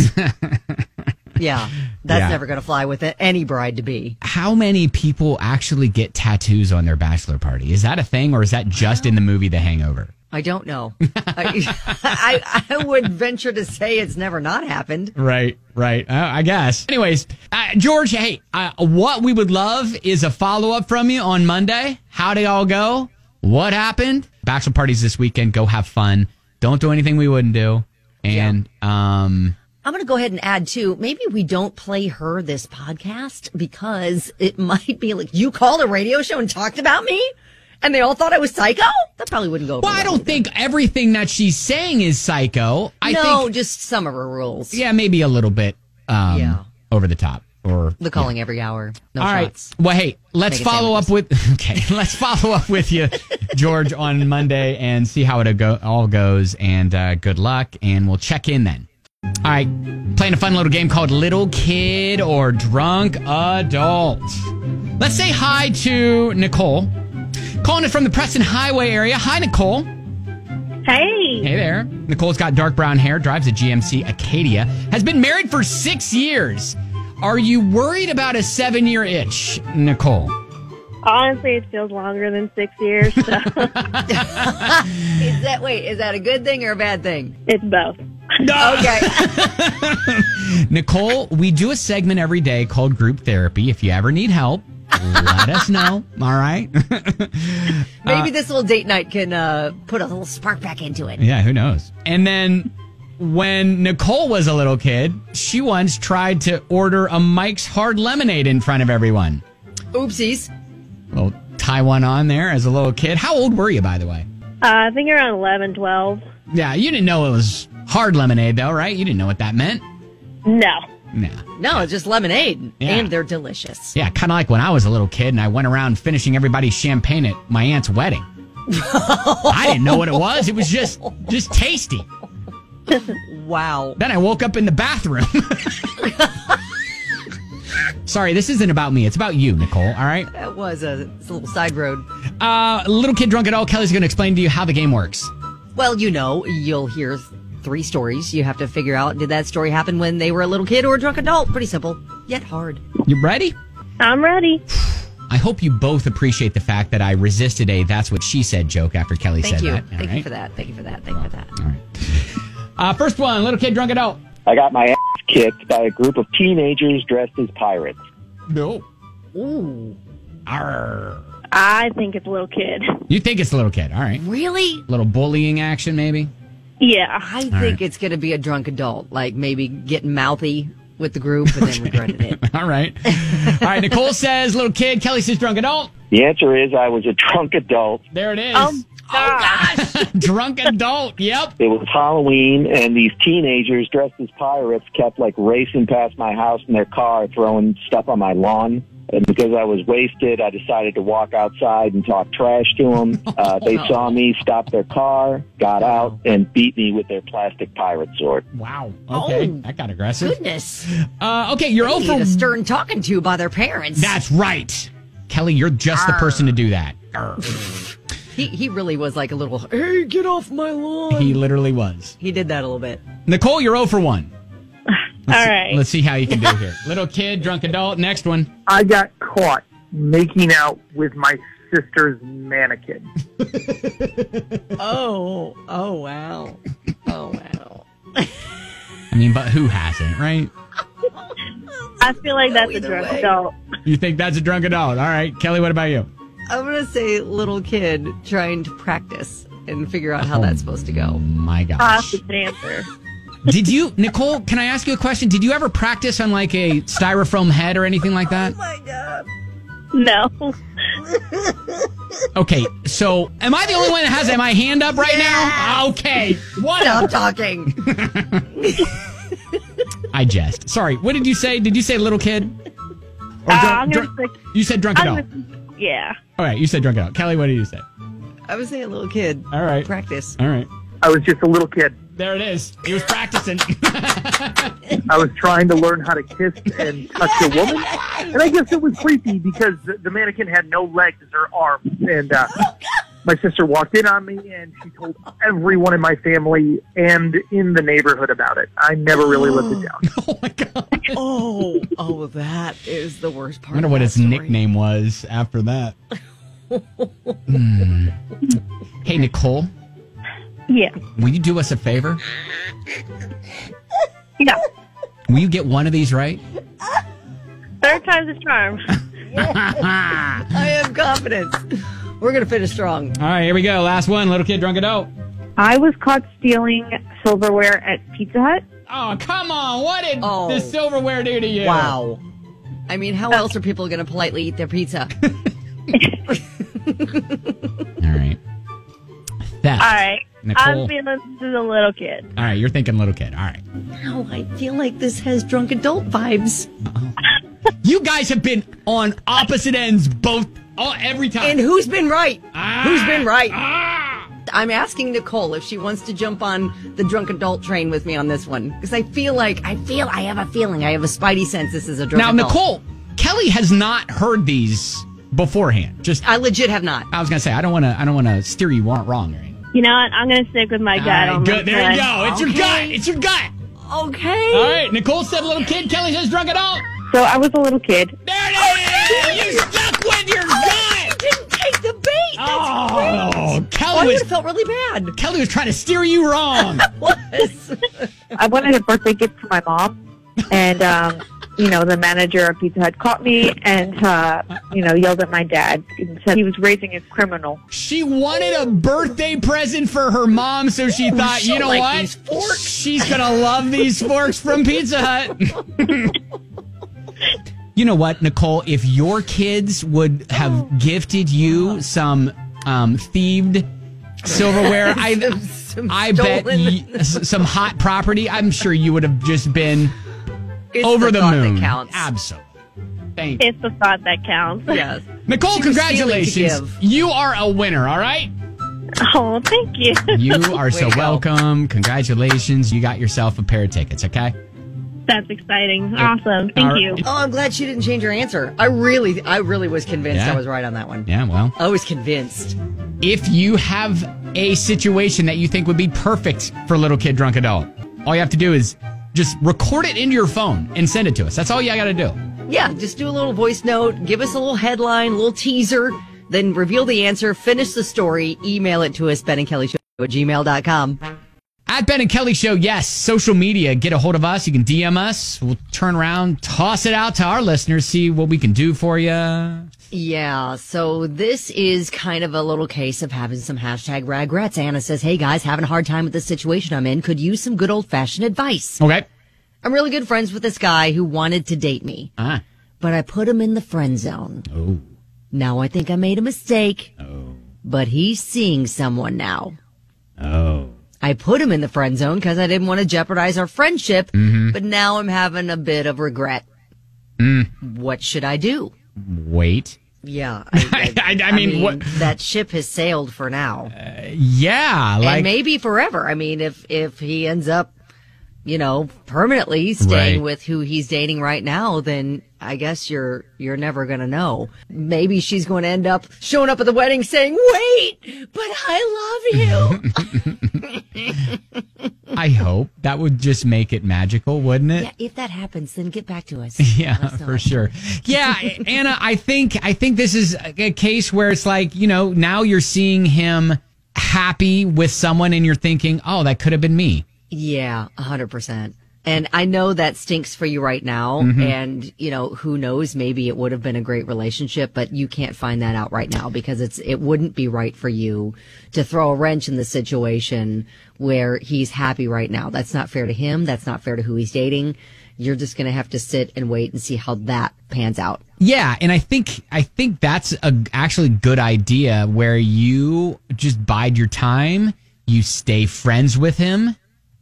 B: yeah, that's
A: Yeah.
B: never going to fly with any bride to be.
A: How many people actually get tattoos on their bachelor party? Is that a thing or is that just in the movie The Hangover?
B: I don't know. I, I, I would venture to say it's never not happened.
A: Right, right. Uh, I guess. Anyways, uh, George, hey, uh, what we would love is a follow up from you on Monday. How'd it all go? What happened? Bachelor parties this weekend. Go have fun. Don't do anything we wouldn't do. And, um,
B: I'm going to go ahead and add too. Maybe we don't play her this podcast because it might be like you called a radio show and talked about me, and they all thought I was psycho. That probably wouldn't go. over
A: Well, I
B: well.
A: don't think everything that she's saying is psycho. I
B: no,
A: think,
B: just some of her rules.
A: yeah, maybe a little bit um,
B: Yeah.
A: over the top. Or
B: the calling every hour. No
A: all right.
B: shots.
A: Well, hey, let's
B: Make it
A: follow up with okay. Let's follow up with you, George, on Monday and see how it go, all goes. And uh, good luck. And we'll check in then. All right, playing a fun little game called Little Kid or Drunk Adult. Let's say hi to Nicole, calling it from the Preston Highway area. Hi, Nicole.
M: Hey,
A: Hey there. Nicole's got dark brown hair, drives a GMC Acadia, has been married for six years. Are you worried about a seven year itch, Nicole?
M: honestly, it feels longer than six years, so
B: Is that wait? Is that a good thing or a bad thing?
M: it's both. Uh,
A: No. Nicole, we do a segment every day called group therapy. If you ever need help, let us know. All right. Uh,
B: Maybe this little date night can uh, put a little spark back into it.
A: Yeah, who knows? And then when Nicole was a little kid, she once tried to order a Mike's Hard Lemonade in front of everyone.
B: Oopsies.
A: Well, tie one on there as a little kid. How old were you, by the way?
M: Uh, I think around 11, 12.
A: Yeah, you didn't know it was hard lemonade, though, right? You didn't know what that meant.
M: No.
A: No.
B: No, it's just lemonade,
A: Yeah.
B: and they're delicious.
A: Yeah, kind of like when I was a little kid and I went around finishing everybody's champagne at my aunt's wedding. I didn't know what it was. It was just just tasty.
B: Wow.
A: Then I woke up in the bathroom. Sorry, this isn't about me. It's about you, Nicole. All right.
B: That was a, it's a little side road.
A: Uh, little kid drunk at all. Kelly's going to explain to you how the game works.
B: Well, you know, you'll hear three stories. You have to figure out did that story happen when they were a little kid or a drunk adult? Pretty simple, yet hard.
A: You ready?
M: I'm ready.
A: I hope you both appreciate the fact that I resisted a "that's what she said" joke after Kelly
B: Thank
A: said
B: you.
A: that. All
B: Thank you
A: right?
B: for that. Thank you for that. Thank you for that.
A: Uh, first one, little kid drunk adult.
N: I got my ass kicked by a group of teenagers dressed as pirates.
A: No.
B: Ooh.
A: Arr.
M: I think it's a little kid.
A: You think it's a little kid? All right.
B: Really?
A: Little bullying action, maybe.
M: Yeah.
B: I think
A: right.
B: it's going to be a drunk adult, like maybe getting mouthy with the group and then regretting it.
A: All right. All right. Nicole says little kid. Kelly says drunk adult.
N: The answer is I was a drunk adult.
A: There it is. Oh, gosh. drunk adult. Yep.
N: It was Halloween, and these teenagers dressed as pirates kept like racing past my house in their car, throwing stuff on my lawn. And because I was wasted, I decided to walk outside and talk trash to them. Uh, they
A: No.
N: saw me, stopped their car, got out, and beat me with their plastic pirate sword.
A: Wow. Okay.
B: Oh.
A: that got aggressive.
B: Goodness.
A: Uh, okay, you're
B: They need
A: over.
B: a stern talking to by their parents.
A: That's right. Kelly, you're just the person to do that. Arr.
B: He, he really was like a little, hey, get off my lawn.
A: He
B: He,
A: literally was.
B: did that a little bit.
A: Nicole, you're 0 for 1.
M: All right.
A: Let's see how you can do here. Little kid, drunk adult, next one.
O: I got caught making out with my sister's mannequin.
B: Oh, oh, wow. Oh, wow.
A: I mean, but who hasn't, right?
M: I feel like that's a drunk adult.
A: You think that's a drunk adult. All right. Kelly, what about you?
B: I'm going to say little kid trying to practice and figure out how
A: Oh.
B: that's supposed to go.
A: My
M: That's
A: gosh.
M: the answer.
A: Did you, Nicole, can I ask you a question? Did you ever practice on like a styrofoam head or anything like that?
M: Oh, No.
A: Okay. So, am I the only one that has my hand up right now? Okay. What?
B: Stop talking.
A: I jest. Sorry. What did you say? Did you say little kid? Or
M: Uh,
A: drunk-
M: I'm gonna
A: drunk-
M: say-
A: you said drunk
M: I'm
A: adult.
M: gonna- yeah.
A: All right, you said drunk adult. Kelly, what did you say?
B: I would say a little kid.
A: All right.
B: Practice.
A: All right.
O: I was just a little kid.
A: There it is. He was practicing.
O: I was trying to learn how to kiss and touch a woman. And I guess it was creepy because the, the mannequin had no legs or arms. And uh, my sister walked in on me and she told everyone in my family and in the neighborhood about it. I never really lived it down.
B: Oh, oh, that is the worst
A: I
B: part.
A: wonder
B: of
A: what
B: that
A: his
B: story.
A: nickname was after that. Hmm. Hey, Nicole,
M: Yeah.
A: will you do us a favor?
M: Yeah.
A: Will you get one of these right?
M: Third time's a charm.
B: I have confidence. We're going to finish strong.
A: All right, here we go. Last one. Little kid, drunk adult.
M: I was caught stealing silverware at Pizza Hut.
A: Oh, come on. What did
B: Oh.
A: the silverware do to you?
B: Wow. I mean, how else are people going to politely eat their pizza?
A: All right. Theft.
M: All right.
A: Nicole.
M: I'm feeling this is a little kid.
A: All right, you're thinking little kid. All right.
B: Wow, Oh, I feel like this has drunk adult vibes.
A: You guys have been on opposite ends both all, every time.
B: And who's been right?
A: Ah.
B: Who's been right?
A: Ah!
B: I'm asking Nicole if she wants to jump on the drunk adult train with me on this one because I feel like I feel I have a feeling I have a spidey sense this is a drunk
A: Now, Nicole,
B: adult.
A: Kelly has not heard these beforehand. Just
B: I legit have not.
A: I was gonna say I don't want to I don't want to steer you wrong. wrong right?
M: You know what? I'm gonna stick with my gut.
A: All
M: on
A: right, good.
M: this
A: There you
M: one.
A: go. It's your
B: Okay.
A: gut. It's your gut.
B: Okay.
A: All right. Nicole said little kid. Kelly says drunk adult.
M: So I was a little kid.
A: There it is. You stuck with your
B: You
A: gut.
B: didn't take the bait. That's great.
A: Oh,
B: I
A: Kelly
B: would
A: was
B: have felt really bad.
A: Kelly was trying to steer you wrong.
B: Was.
M: I wanted a birthday gift for my mom, and um, you know the manager of Pizza Hut caught me and uh, you know yelled at my dad and said he was raising a criminal.
A: She wanted a birthday present for her mom, so she thought,
M: she'll
A: you know
M: like
A: what?
M: these
A: She's gonna love these forks from Pizza Hut. you know what, Nicole? If your kids would
M: Oh.
A: have gifted you some um, thieved silverware, I I bet
F: stolen-
A: y- s- some hot property. I'm sure you would have just been over the, moon. Ah, Absolutely. Thank
M: It's the thought that counts. Yes.
A: Nicole,
M: She was stealing to
A: congratulations.
M: give.
A: You are a winner, all right?
M: Oh, thank you.
A: You are so
M: Way to go.
A: welcome. Congratulations. You got yourself a pair of tickets, okay?
M: That's exciting. Awesome.
A: Thank you.
B: Oh, I'm glad she didn't change her answer. I really, I really was convinced
A: Yeah.
B: I was right on that one.
A: Yeah, well.
B: I was convinced.
A: If you have a situation that you think would be perfect for little kid drunk adult, all you have to do is just record it into your phone and send it to us. That's all you got to do.
B: Yeah, just do a little voice note, give us a little headline, a little teaser, then reveal the answer, finish the story, email it to us, Ben and Kelly Show at gmail.com.
A: At Ben and Kelly Show, yes, social media, get a hold of us. You can DM us. We'll turn around, toss it out to our listeners, see what we can do for you.
B: Yeah, so this is kind of a little case of having some hashtag regrets. Anna says, Hey guys, having a hard time with this situation I'm in. Could use some good old fashioned advice.
A: Okay.
B: I'm really good friends with this guy who wanted to date me,
A: Ah.
B: but I put him in the friend zone.
A: Oh.
B: Now I think I made a mistake. Oh. But he's seeing someone now.
A: Oh.
B: I put him in the friend zone because I didn't want to jeopardize our friendship,
A: Mhm.
B: but now I'm having a bit of regret.
A: Mm.
B: What should I do?
A: Wait.
B: Yeah. I,
A: I, mean, what-
B: That ship has sailed for now.
A: Yeah, like
B: and maybe forever. I mean, if, if he ends up, you know, permanently staying
A: Right.
B: with who he's dating right now, then I guess you're, you're never going to know. Maybe she's going to end up showing up at the wedding saying, wait, but I love you.
A: I hope that would just make it magical, wouldn't it?
B: Yeah, if that happens, then get back to us. Let
A: Yeah,
B: us know.
A: for sure. Yeah, Anna, I think I think this is a a case where it's like, you know, now you're seeing him happy with someone and you're thinking, "Oh, that could have been me."
B: Yeah, a hundred percent. And I know that stinks for you right now.
A: Mhm.
B: And you know, who knows? Maybe it would have been a great relationship, but you can't find that out right now because it's, it wouldn't be right for you to throw a wrench in the situation where he's happy right now. That's not fair to him. That's not fair to who he's dating. You're just going to have to sit and wait and see how that pans out.
A: Yeah, and I think I think that's a actually good idea where you just bide your time, you stay friends with him,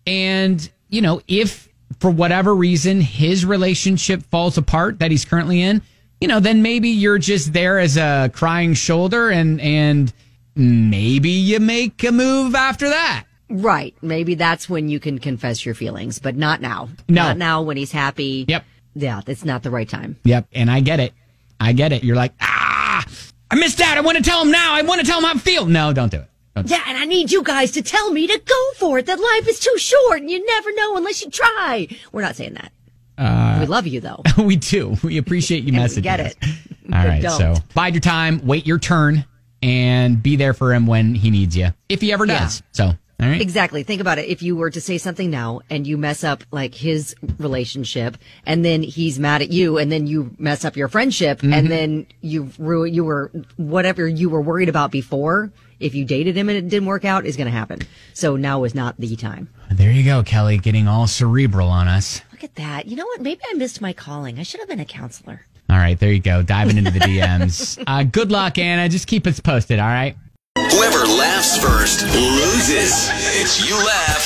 A: and you know, if for whatever reason his relationship falls apart that he's currently in, you know, then maybe you're just there as a crying shoulder and and maybe you make a move after that.
B: Right. Maybe that's when you can confess your feelings, but not now.
A: No.
B: Not now when he's happy.
A: Yep.
B: Yeah, that's not the right time.
A: Yep, and I get it. I get it. You're like, "Ah, I missed out. I want to tell him now. I want to tell him how I feel." No, don't do it. Don't
B: Yeah, and I need you guys to tell me to go for it, that life is too short and you never know unless you try. We're not saying that.
A: Uh,
B: we love you though.
A: we do. We appreciate you
B: And we
A: messaging.
B: get
A: us.
B: it.
A: All
B: But
A: right. So
B: don't.
A: bide your time, wait your turn, and be there for him when he needs you, if he ever
B: Yeah.
A: does. So, all right.
B: Exactly. Think about it. If you were to say something now and you mess up like his relationship and then he's mad at you and then you mess up your friendship
A: Mhm.
B: and then you ruin, you were whatever you were worried about before. If you dated him and it didn't work out is going to happen. So now is not the time.
A: There you go, Kelly, getting all cerebral on us.
B: Look at that. You know what? Maybe I missed my calling. I should have been a counselor.
A: All right. There you go. Diving into the DMs. uh, good luck, Anna. Just keep us posted. All right.
K: Whoever laughs first loses. It's you laugh,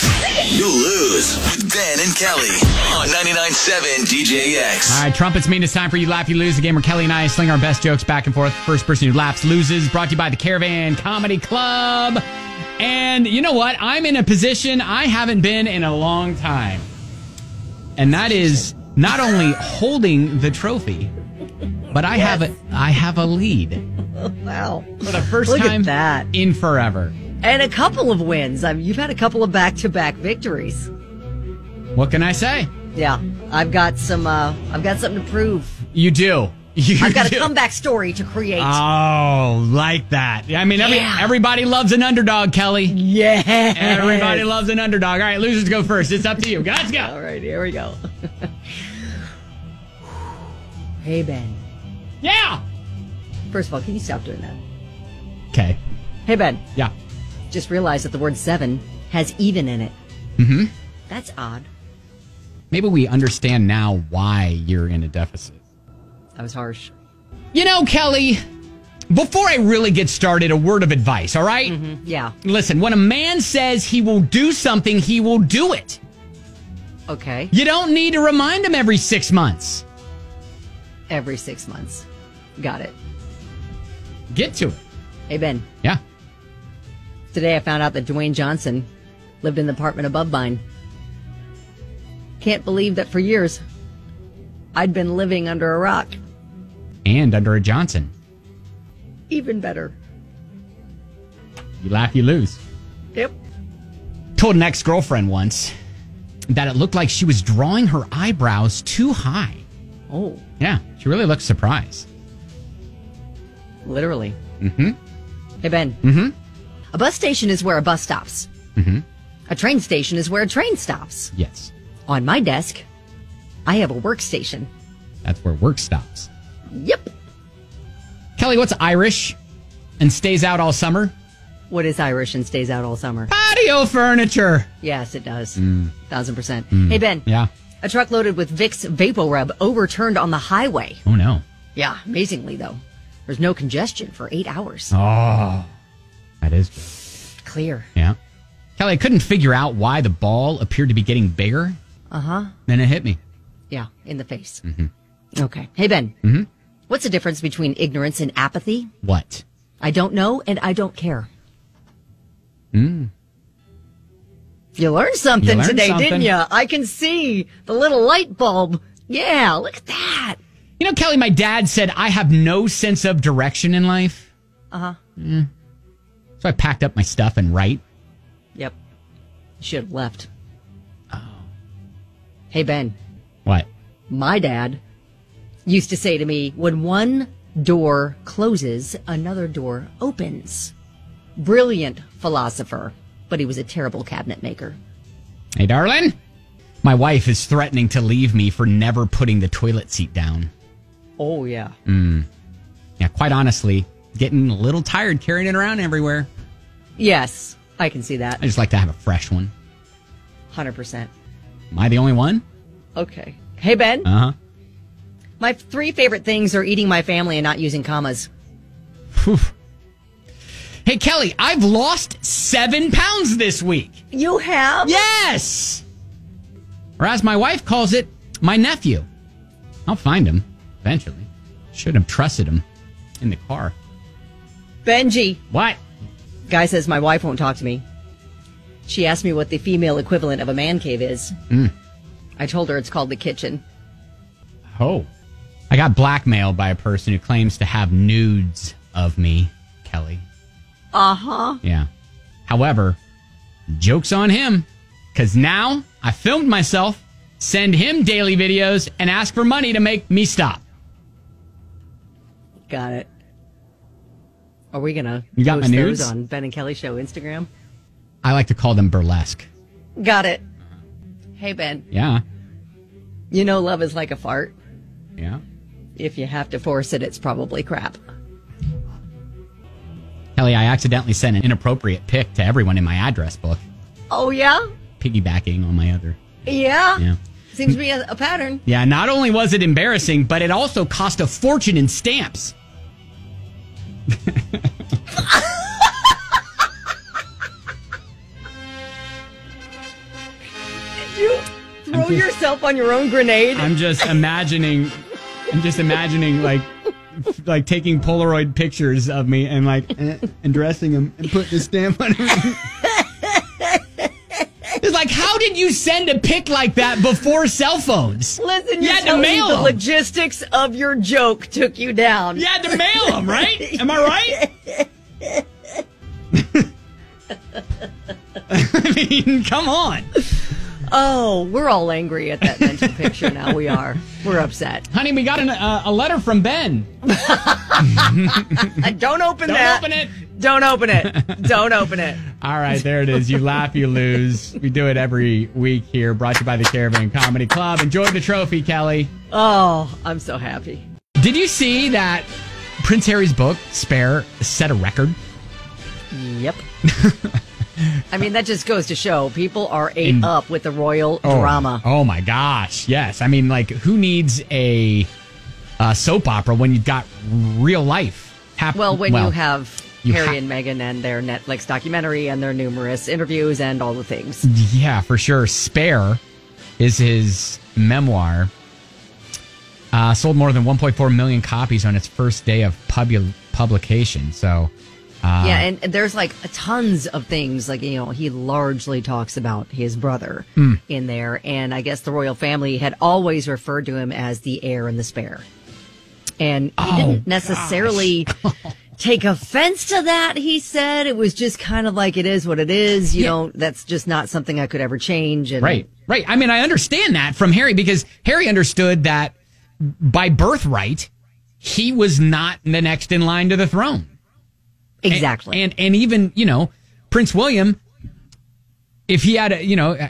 K: you lose. With Ben and Kelly on 99.7 DJX.
A: All right, trumpets mean it's time for you laugh, you lose. The game where Kelly and I sling our best jokes back and forth. First person who laughs loses. Brought to you by the Caravan Comedy Club. And you know what? I'm in a position I haven't been in a long time, and that is not only holding the trophy, but I have a I have a lead
B: Wow.
A: for the first
B: Look at
A: time that. in forever.
B: And a couple of wins. I mean, you've had a couple of back to back victories.
A: What can I say?
B: Yeah. I've got some, uh, I've got something to prove.
A: You do.
B: I've got a
A: do.
B: comeback story to create.
A: Oh, like that. I mean, every, everybody loves an underdog, Kelly. Yeah. Everybody loves an underdog. All right, losers go first. It's up to you. Let's go. All
B: right, here we go. hey, Ben.
A: Yeah.
B: First of all, can you stop doing that?
A: Okay.
B: Hey, Ben.
A: Yeah.
B: Just realized that the word seven has even in it.
A: Mm-hmm.
B: That's odd.
A: Maybe we understand now why you're in a deficit.
B: That was harsh.
A: You know, Kelly, before I really get started, a word of advice, all right?
B: Yeah.
A: Listen, when a man says he will do something, he will do it.
B: Okay.
A: You don't need to remind him every six months.
B: Every six months. Got it.
A: Get to it.
B: Hey, Ben.
A: Yeah.
B: Today I found out that Dwayne Johnson lived in the apartment above mine. Can't believe that for years I'd been living under a rock.
A: And under a Johnson.
B: Even better.
A: You laugh, you lose.
B: Yep.
A: Told an ex girlfriend once that it looked like she was drawing her eyebrows too high.
B: Oh.
A: Yeah, she really looked surprised.
B: Literally.
A: Mm-hmm.
B: Hey, Ben.
A: Mm-hmm.
B: A bus station is where a bus stops.
A: Mm-hmm.
B: A train station is where a train stops.
A: Yes.
B: On my desk, I have a workstation.
A: That's where work stops.
B: Yep.
A: Kelly, what's Irish and stays out all summer?
B: What is Irish and stays out all summer?
A: Patio furniture.
B: Yes, it does.
A: Mm.
B: Thousand percent.
A: Mm.
B: Hey, Ben.
A: Yeah.
B: A truck loaded with Vicks VapoRub overturned on the highway.
A: Oh no.
B: Yeah, amazingly though. There's no congestion for eight hours.
A: Oh, that is good.
B: Clear.
A: Yeah. Kelly, I couldn't figure out why the ball appeared to be getting bigger.
B: Uh huh.
A: Then it hit me.
B: Yeah, in the face.
A: Mm-hmm.
B: Okay. Hey, Ben.
A: Mm-hmm.
B: What's the difference between ignorance and apathy?
A: What?
B: I don't know and I don't care.
A: Mm.
B: You learned something
A: You learned
B: today,
A: something.
B: didn't you? I can see the little light bulb. Yeah, look at that.
A: You know, Kelly, my dad said I have no sense of direction in life.
B: Uh huh.
A: Mm. So I packed up my stuff and right.
B: Yep. Should have left. Oh. Hey, Ben.
A: What?
B: My dad used to say to me, when one door closes, another door opens. Brilliant philosopher, but he was a terrible cabinet maker.
A: Hey, darling. My wife is threatening to leave me for never putting the toilet seat down.
B: Oh, yeah.
A: Mm. Yeah, quite honestly, getting a little tired carrying it around everywhere.
B: Yes, I can see that.
A: I just like to have a fresh one.
B: 100%.
A: Am I the only one?
B: Okay. Hey, Ben.
A: Uh huh.
B: My three favorite things are eating my family and not using commas.
A: Hey, Kelly, I've lost seven pounds this week.
B: You have?
A: Yes! Or as my wife calls it, my nephew. I'll find him eventually. Should have trusted him in the car.
B: Benji.
A: What?
B: Guy says my wife won't talk to me. She asked me what the female equivalent of a man cave is.
A: Mm.
B: I told her it's called the kitchen.
A: Oh. I got blackmailed by a person who claims to have nudes of me, Kelly.
B: Uh huh.
A: Yeah. However, joke's on him, because now I filmed myself, send him daily videos, and ask for money to make me stop.
B: Got it. Are we gonna
A: You got my
B: post those
A: nudes?
B: on Ben and Kelly Show Instagram?
A: I like to call them burlesque.
B: Got it. Uh-huh. Hey Ben,
A: Yeah.
B: you know love is like a fart.
A: Yeah.
B: If you have to force it, it's probably crap.
A: Kelly, I accidentally sent an inappropriate pic to everyone in my address book,
B: Oh yeah,
A: piggybacking on my other.
B: yeah.
A: Yeah.
B: Seems to be a, a pattern.
A: Yeah, not only was it embarrassing, but it also cost a fortune in stamps.
B: Did you throw
A: just-
B: yourself on your own grenade?
A: I'm just imagining, I'm just imagining like, like taking Polaroid pictures of me and like, eh, and dressing them and putting a stamp on them. It's like, how did you send a pic like that before cell phones?
B: Listen,
A: you
B: you're
A: had to
B: telling me
A: mail
B: the
A: 'em.
B: logistics of your joke took you down.
A: You had to mail them, right? Am I right? I mean, come on.
B: Oh, we're all angry at that mental picture now. We are. We're upset.
A: Honey, we got an, uh, a letter from Ben.
B: Don't
A: Don't
B: open that.
A: open it.
B: Don't open it. Don't open it.
A: All right, there it is. You laugh, you lose. We do it every week here, brought to you by the Caravan Comedy Club. Enjoy the trophy, Kelly.
B: Oh, I'm so happy.
A: Did you see that Prince Harry's book, Spare, set a record?
B: Yep. I mean, that just goes to show people are ate
A: In-
B: up with the royal drama.
A: Oh my gosh. Yes. I mean, like, who needs a, uh soap opera when you've got real life happening?
B: Well, when you have
A: you
B: Harry
A: ha-
B: and Meghan and their Netflix documentary and their numerous interviews and all the things.
A: Yeah, for sure. Spare is his memoir. Uh, sold more than 1.4 million copies on its first day of pubu- publication. So, uh,
B: yeah, and there's like tons of things. Like, you know, he largely talks about his brother
A: Hmm.
B: in there. And I guess the royal family had always referred to him as the heir and the spare. And he
A: Oh,
B: didn't necessarily take offense to that, he said. It was just kind of like, it is what it is. You know, that's just not something I could ever change. And
A: right, right. I mean, I understand that from Harry because Harry understood that by birthright, he was not the next in line to the throne.
B: Exactly.
A: And and, and even you know Prince William, if he had a you know uh,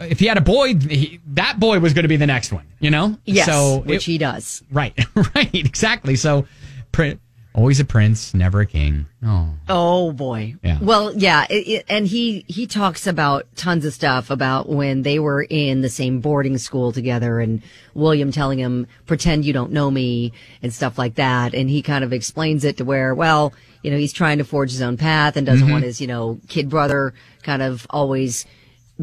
A: if he had a boy, he, that boy was going to be the next one. You know.
B: Yes,
A: So
B: which he does.
A: Right. Right. Exactly. So, prin always a prince, never a king. Oh.
B: Oh boy.
A: Yeah.
B: Well, yeah, it, it, and he he talks about tons of stuff about when they were in the same boarding school together, and William telling him, "Pretend you don't know me," and stuff like that. And he kind of explains it to where, well, you know, he's trying to forge his own path and doesn't
P: Mhm.
B: want his you know kid brother kind of always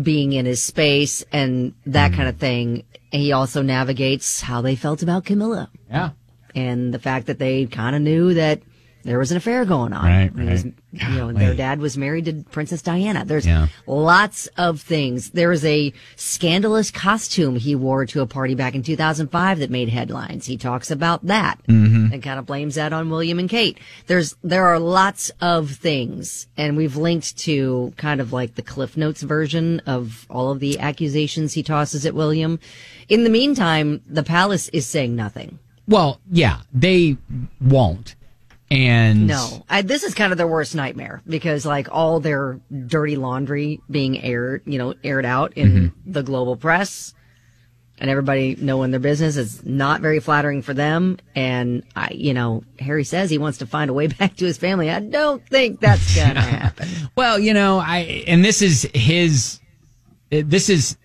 B: being in his space and that kind of thing. And he also navigates how they felt about Camilla.
A: Yeah.
B: And the fact that they kind of knew that there was an affair going on.
A: Right,
B: It was-
A: right.
B: you know, their
A: Golly.
B: dad was married to Princess Diana. There's
A: Yeah.
B: lots of things. There is a scandalous costume he wore to a party back in 2005 that made headlines. He talks about that
A: Mm-hmm.
P: Mhm.
B: and kind of blames that on William and Kate. There's there are lots of things, and we've linked to kind of like the Cliff Notes version of all of the accusations he tosses at William. In the meantime, the palace is saying nothing.
A: Well, yeah, they won't. And
B: No, I, this is kind of their worst nightmare because like all their dirty laundry being aired, you know, aired out in
A: Mm-hmm.
B: the global press and everybody knowing their business is not very flattering for them. And I, you know, Harry says he wants to find a way back to his family. I don't think that's gonna happen.
A: Well, you know, I and this is his uh, this is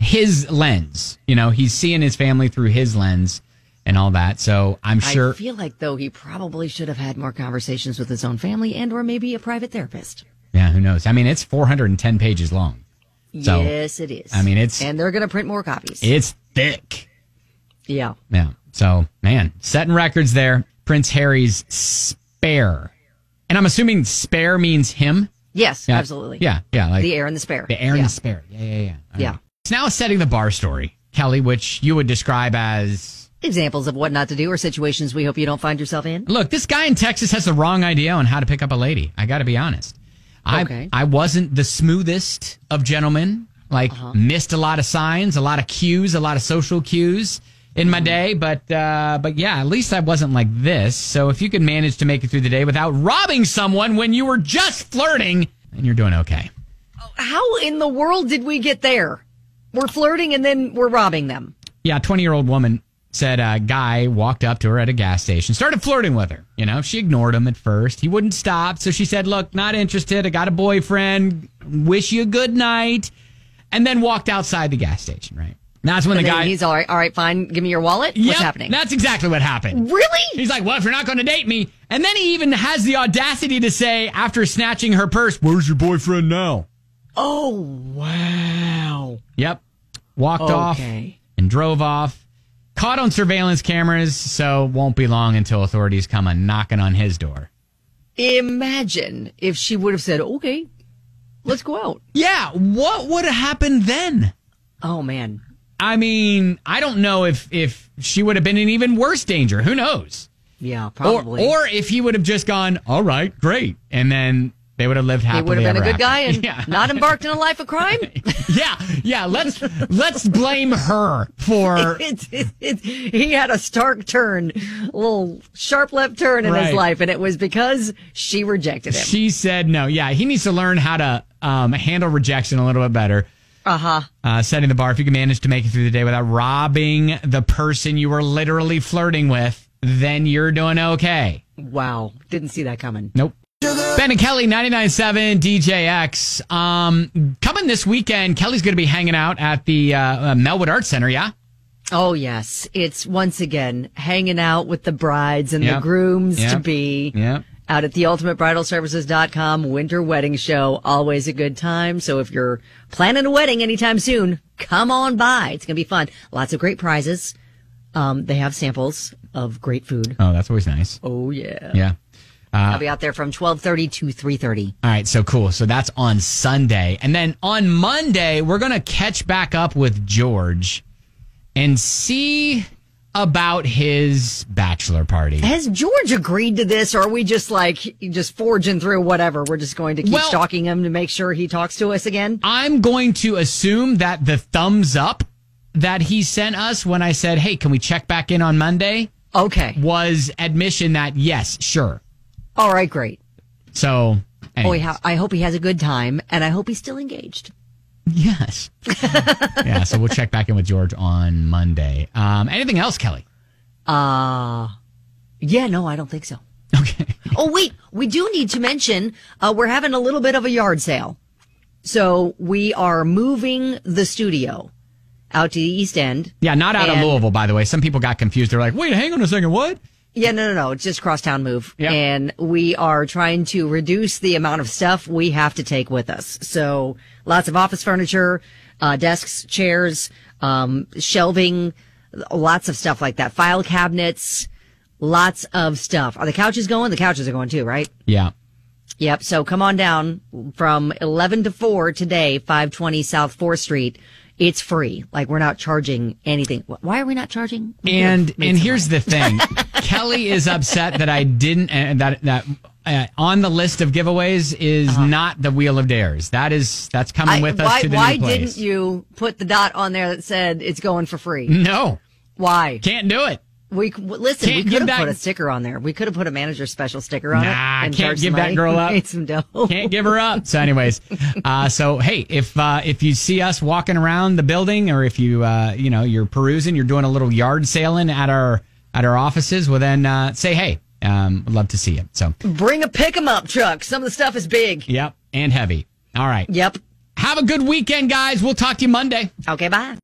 A: his lens. You know, he's seeing his family through his lens and all that. So, I'm
B: I
A: sure
B: feel like though he probably should have had more conversations with his own family and or maybe a private therapist.
A: Yeah, who knows? I mean, it's 410 pages long. So,
B: yes, it is.
A: I mean, it's
B: and they're gonna print more copies.
A: it's thick.
B: yeah.
A: Yeah. So, man, setting records there. Prince Harry's spare. And I'm assuming spare means him.
B: Yes,
A: Yeah.
B: absolutely.
A: Yeah, yeah, like-
B: the air and the spare.
A: The air and
B: Yeah.
A: the spare. Yeah, yeah, yeah. All
B: Yeah.
A: right. It's now setting the bar story, Kelly, which you would describe as
B: Examples of what not to do or situations we hope you don't find yourself in.
A: Look, this guy in Texas has the wrong idea on how to pick up a lady. I got to be honest. I
B: Okay.
A: I wasn't the smoothest of gentlemen. Like missed a lot of signs, a lot of cues, a lot of social cues in my day. But uh, but yeah, at least I wasn't like this. So if you could manage to make it through the day without robbing someone when you were just flirting, then you're doing okay.
B: How in the world did we get there? We're flirting and then we're robbing them.
A: Yeah, 20 year old woman said a guy walked up to her at a gas station, started flirting with her. You know, she ignored him at first. He wouldn't stop. So she said, Look, not interested. I got a boyfriend. Wish you good night. And then walked outside the gas station, right? And that's when
B: And
A: the
B: then
A: guy.
B: he's all right, all right, fine, give me your wallet.
A: Yep,
B: What's happening?
A: That's exactly what happened.
B: Really?
A: He's like, Well, if you're not going to date me. And then he even has the audacity to say, after snatching her purse, Where's your boyfriend now?
B: oh wow.
A: Yep. Walked off
B: Okay.
A: and drove off. Caught on surveillance cameras, so won't be long until authorities come a knocking on his door.
B: Imagine if she would have said, "Okay, let's go out."
A: Yeah, what would have happened then?
B: Oh man.
A: I mean, I don't know if if she would have been in even worse danger. Who knows?
B: Yeah,
A: Or,
B: probably.
A: or if he would have just gone, all right, great, and then They would have lived
B: He
A: happily
B: would have been a
A: ever
B: good
A: after.
B: guy and not embarked in a life of crime.
A: yeah, yeah. Let's let's blame her for
B: It's it's it's he had a stark turn, a little sharp left turn in his
A: Right.
B: life, and it was because she rejected him.
A: she said no. Yeah, he needs to learn how to um, handle rejection a little bit better.
B: Uh huh.
A: Uh, setting the bar. If you can manage to make it through the day without robbing the person you were literally flirting with, then you're doing okay.
B: Wow. Didn't see that coming.
A: Nope. Ben and Kelly, 99.7 DJX. Um, coming this weekend, Kelly's going to be hanging out at the uh, uh, Melwood Arts Center, yeah?
B: Oh yes, it's once again hanging out with the brides and the
A: Yep.
B: grooms to
A: Yep.
B: be.
A: Yep.
B: Out at the ultimatebridalservices.com winter wedding show. Always a good time. So if you're planning a wedding anytime soon, come on by. It's going to be fun. Lots of great prizes. Um, they have samples of great food.
A: Oh, that's always nice.
B: Oh yeah.
A: Yeah.
B: I'll be out there from 12:30 to 3:30.
A: All right, so cool. So that's on Sunday. And then on Monday, we're going to catch back up with George and see about his bachelor party.
B: Has George agreed to this, or are we just like just forging through whatever? We're just going to keep
A: Well-
B: stalking him to make sure he talks to us again.
A: I'm going to assume that the thumbs up that he sent us when I said, "Hey, can we check back in on Monday?"
B: Okay.
A: Was admission that yes, sure.
B: All right, great.
A: So,
B: Boy,
A: anyways.
B: how, I hope he has a good time, and I hope he's still engaged.
A: yes. yeah, so we'll check back in with George on Monday. Um, anything else, Kelly?
B: Uh yeah, no, I don't think so. Okay. oh wait, we do need to mention uh, we're having a little bit of a yard sale, so we are moving the studio out to the East End.
A: Yeah, not out
B: And-
A: of Louisville, by the way. Some people got confused. They're like, "Wait, hang on a second, what?"
B: Yeah, no, no, no. It's just crosstown move. And we are trying to reduce the amount of stuff we have to take with us. So lots of office furniture, uh, desks, chairs, um, shelving, lots of stuff like that. File cabinets, lots of stuff. Are the couches going? The couches are going too, right?
A: Yeah.
B: Yep. So come on down from 11 to 4 today, 520 South 4th Street. It's free. Like we're not charging anything. Wh- Why are we not charging? We could've
A: And
B: made
A: and
B: some
A: here's the thing, Kelly is upset that I didn't and that that uh, on the list of giveaways is not the Wheel of Dares. That is that's coming
B: Uh-huh. I-
A: with us
B: why,
A: to the
B: why
A: new place.
B: didn't you put the dot on there that said it's going for free?
A: No,
B: Why?
A: can't do it.
B: We c- w- listen.
A: Can't
B: we
A: give
B: could
A: that-
B: have put a sticker on there. We could have put a manager special sticker on it.
A: Nah,
B: and
A: can't
B: charged
A: give that
B: somebody.
A: girl up.
B: Made some dough.
A: Can't give her up. So, anyways, uh, so hey, if uh, if you see us walking around the building, or if you uh, you know you're perusing, you're doing a little yard sailing at our at our offices, well then uh, say hey, um, would love to see you. So,
B: Bring a pick 'em up truck. Some of the stuff is big.
A: yep, and heavy. All right,
B: Yep.
A: Have a good weekend, guys. We'll talk to you Monday.
B: Okay, bye.